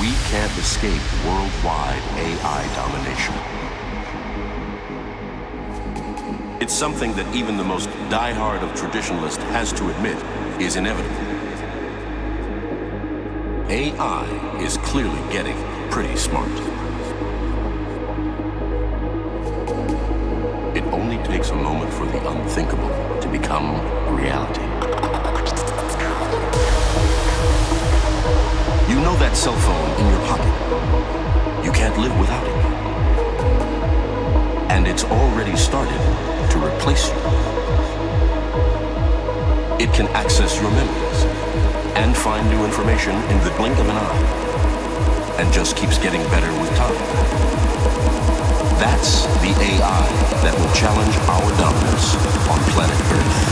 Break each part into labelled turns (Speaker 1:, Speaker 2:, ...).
Speaker 1: We can't escape worldwide AI domination. It's something that even the most diehard of traditionalists has to admit is inevitable. AI is clearly getting pretty smart. It only takes a moment for the unthinkable to become reality. You know that cell phone in your pocket. You can't live without it. And it's already started to replace you. It can access your memories and find new information in the blink of an eye and just keeps getting better with time. That's the AI that will challenge our dominance on planet Earth.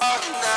Speaker 1: Ordinary.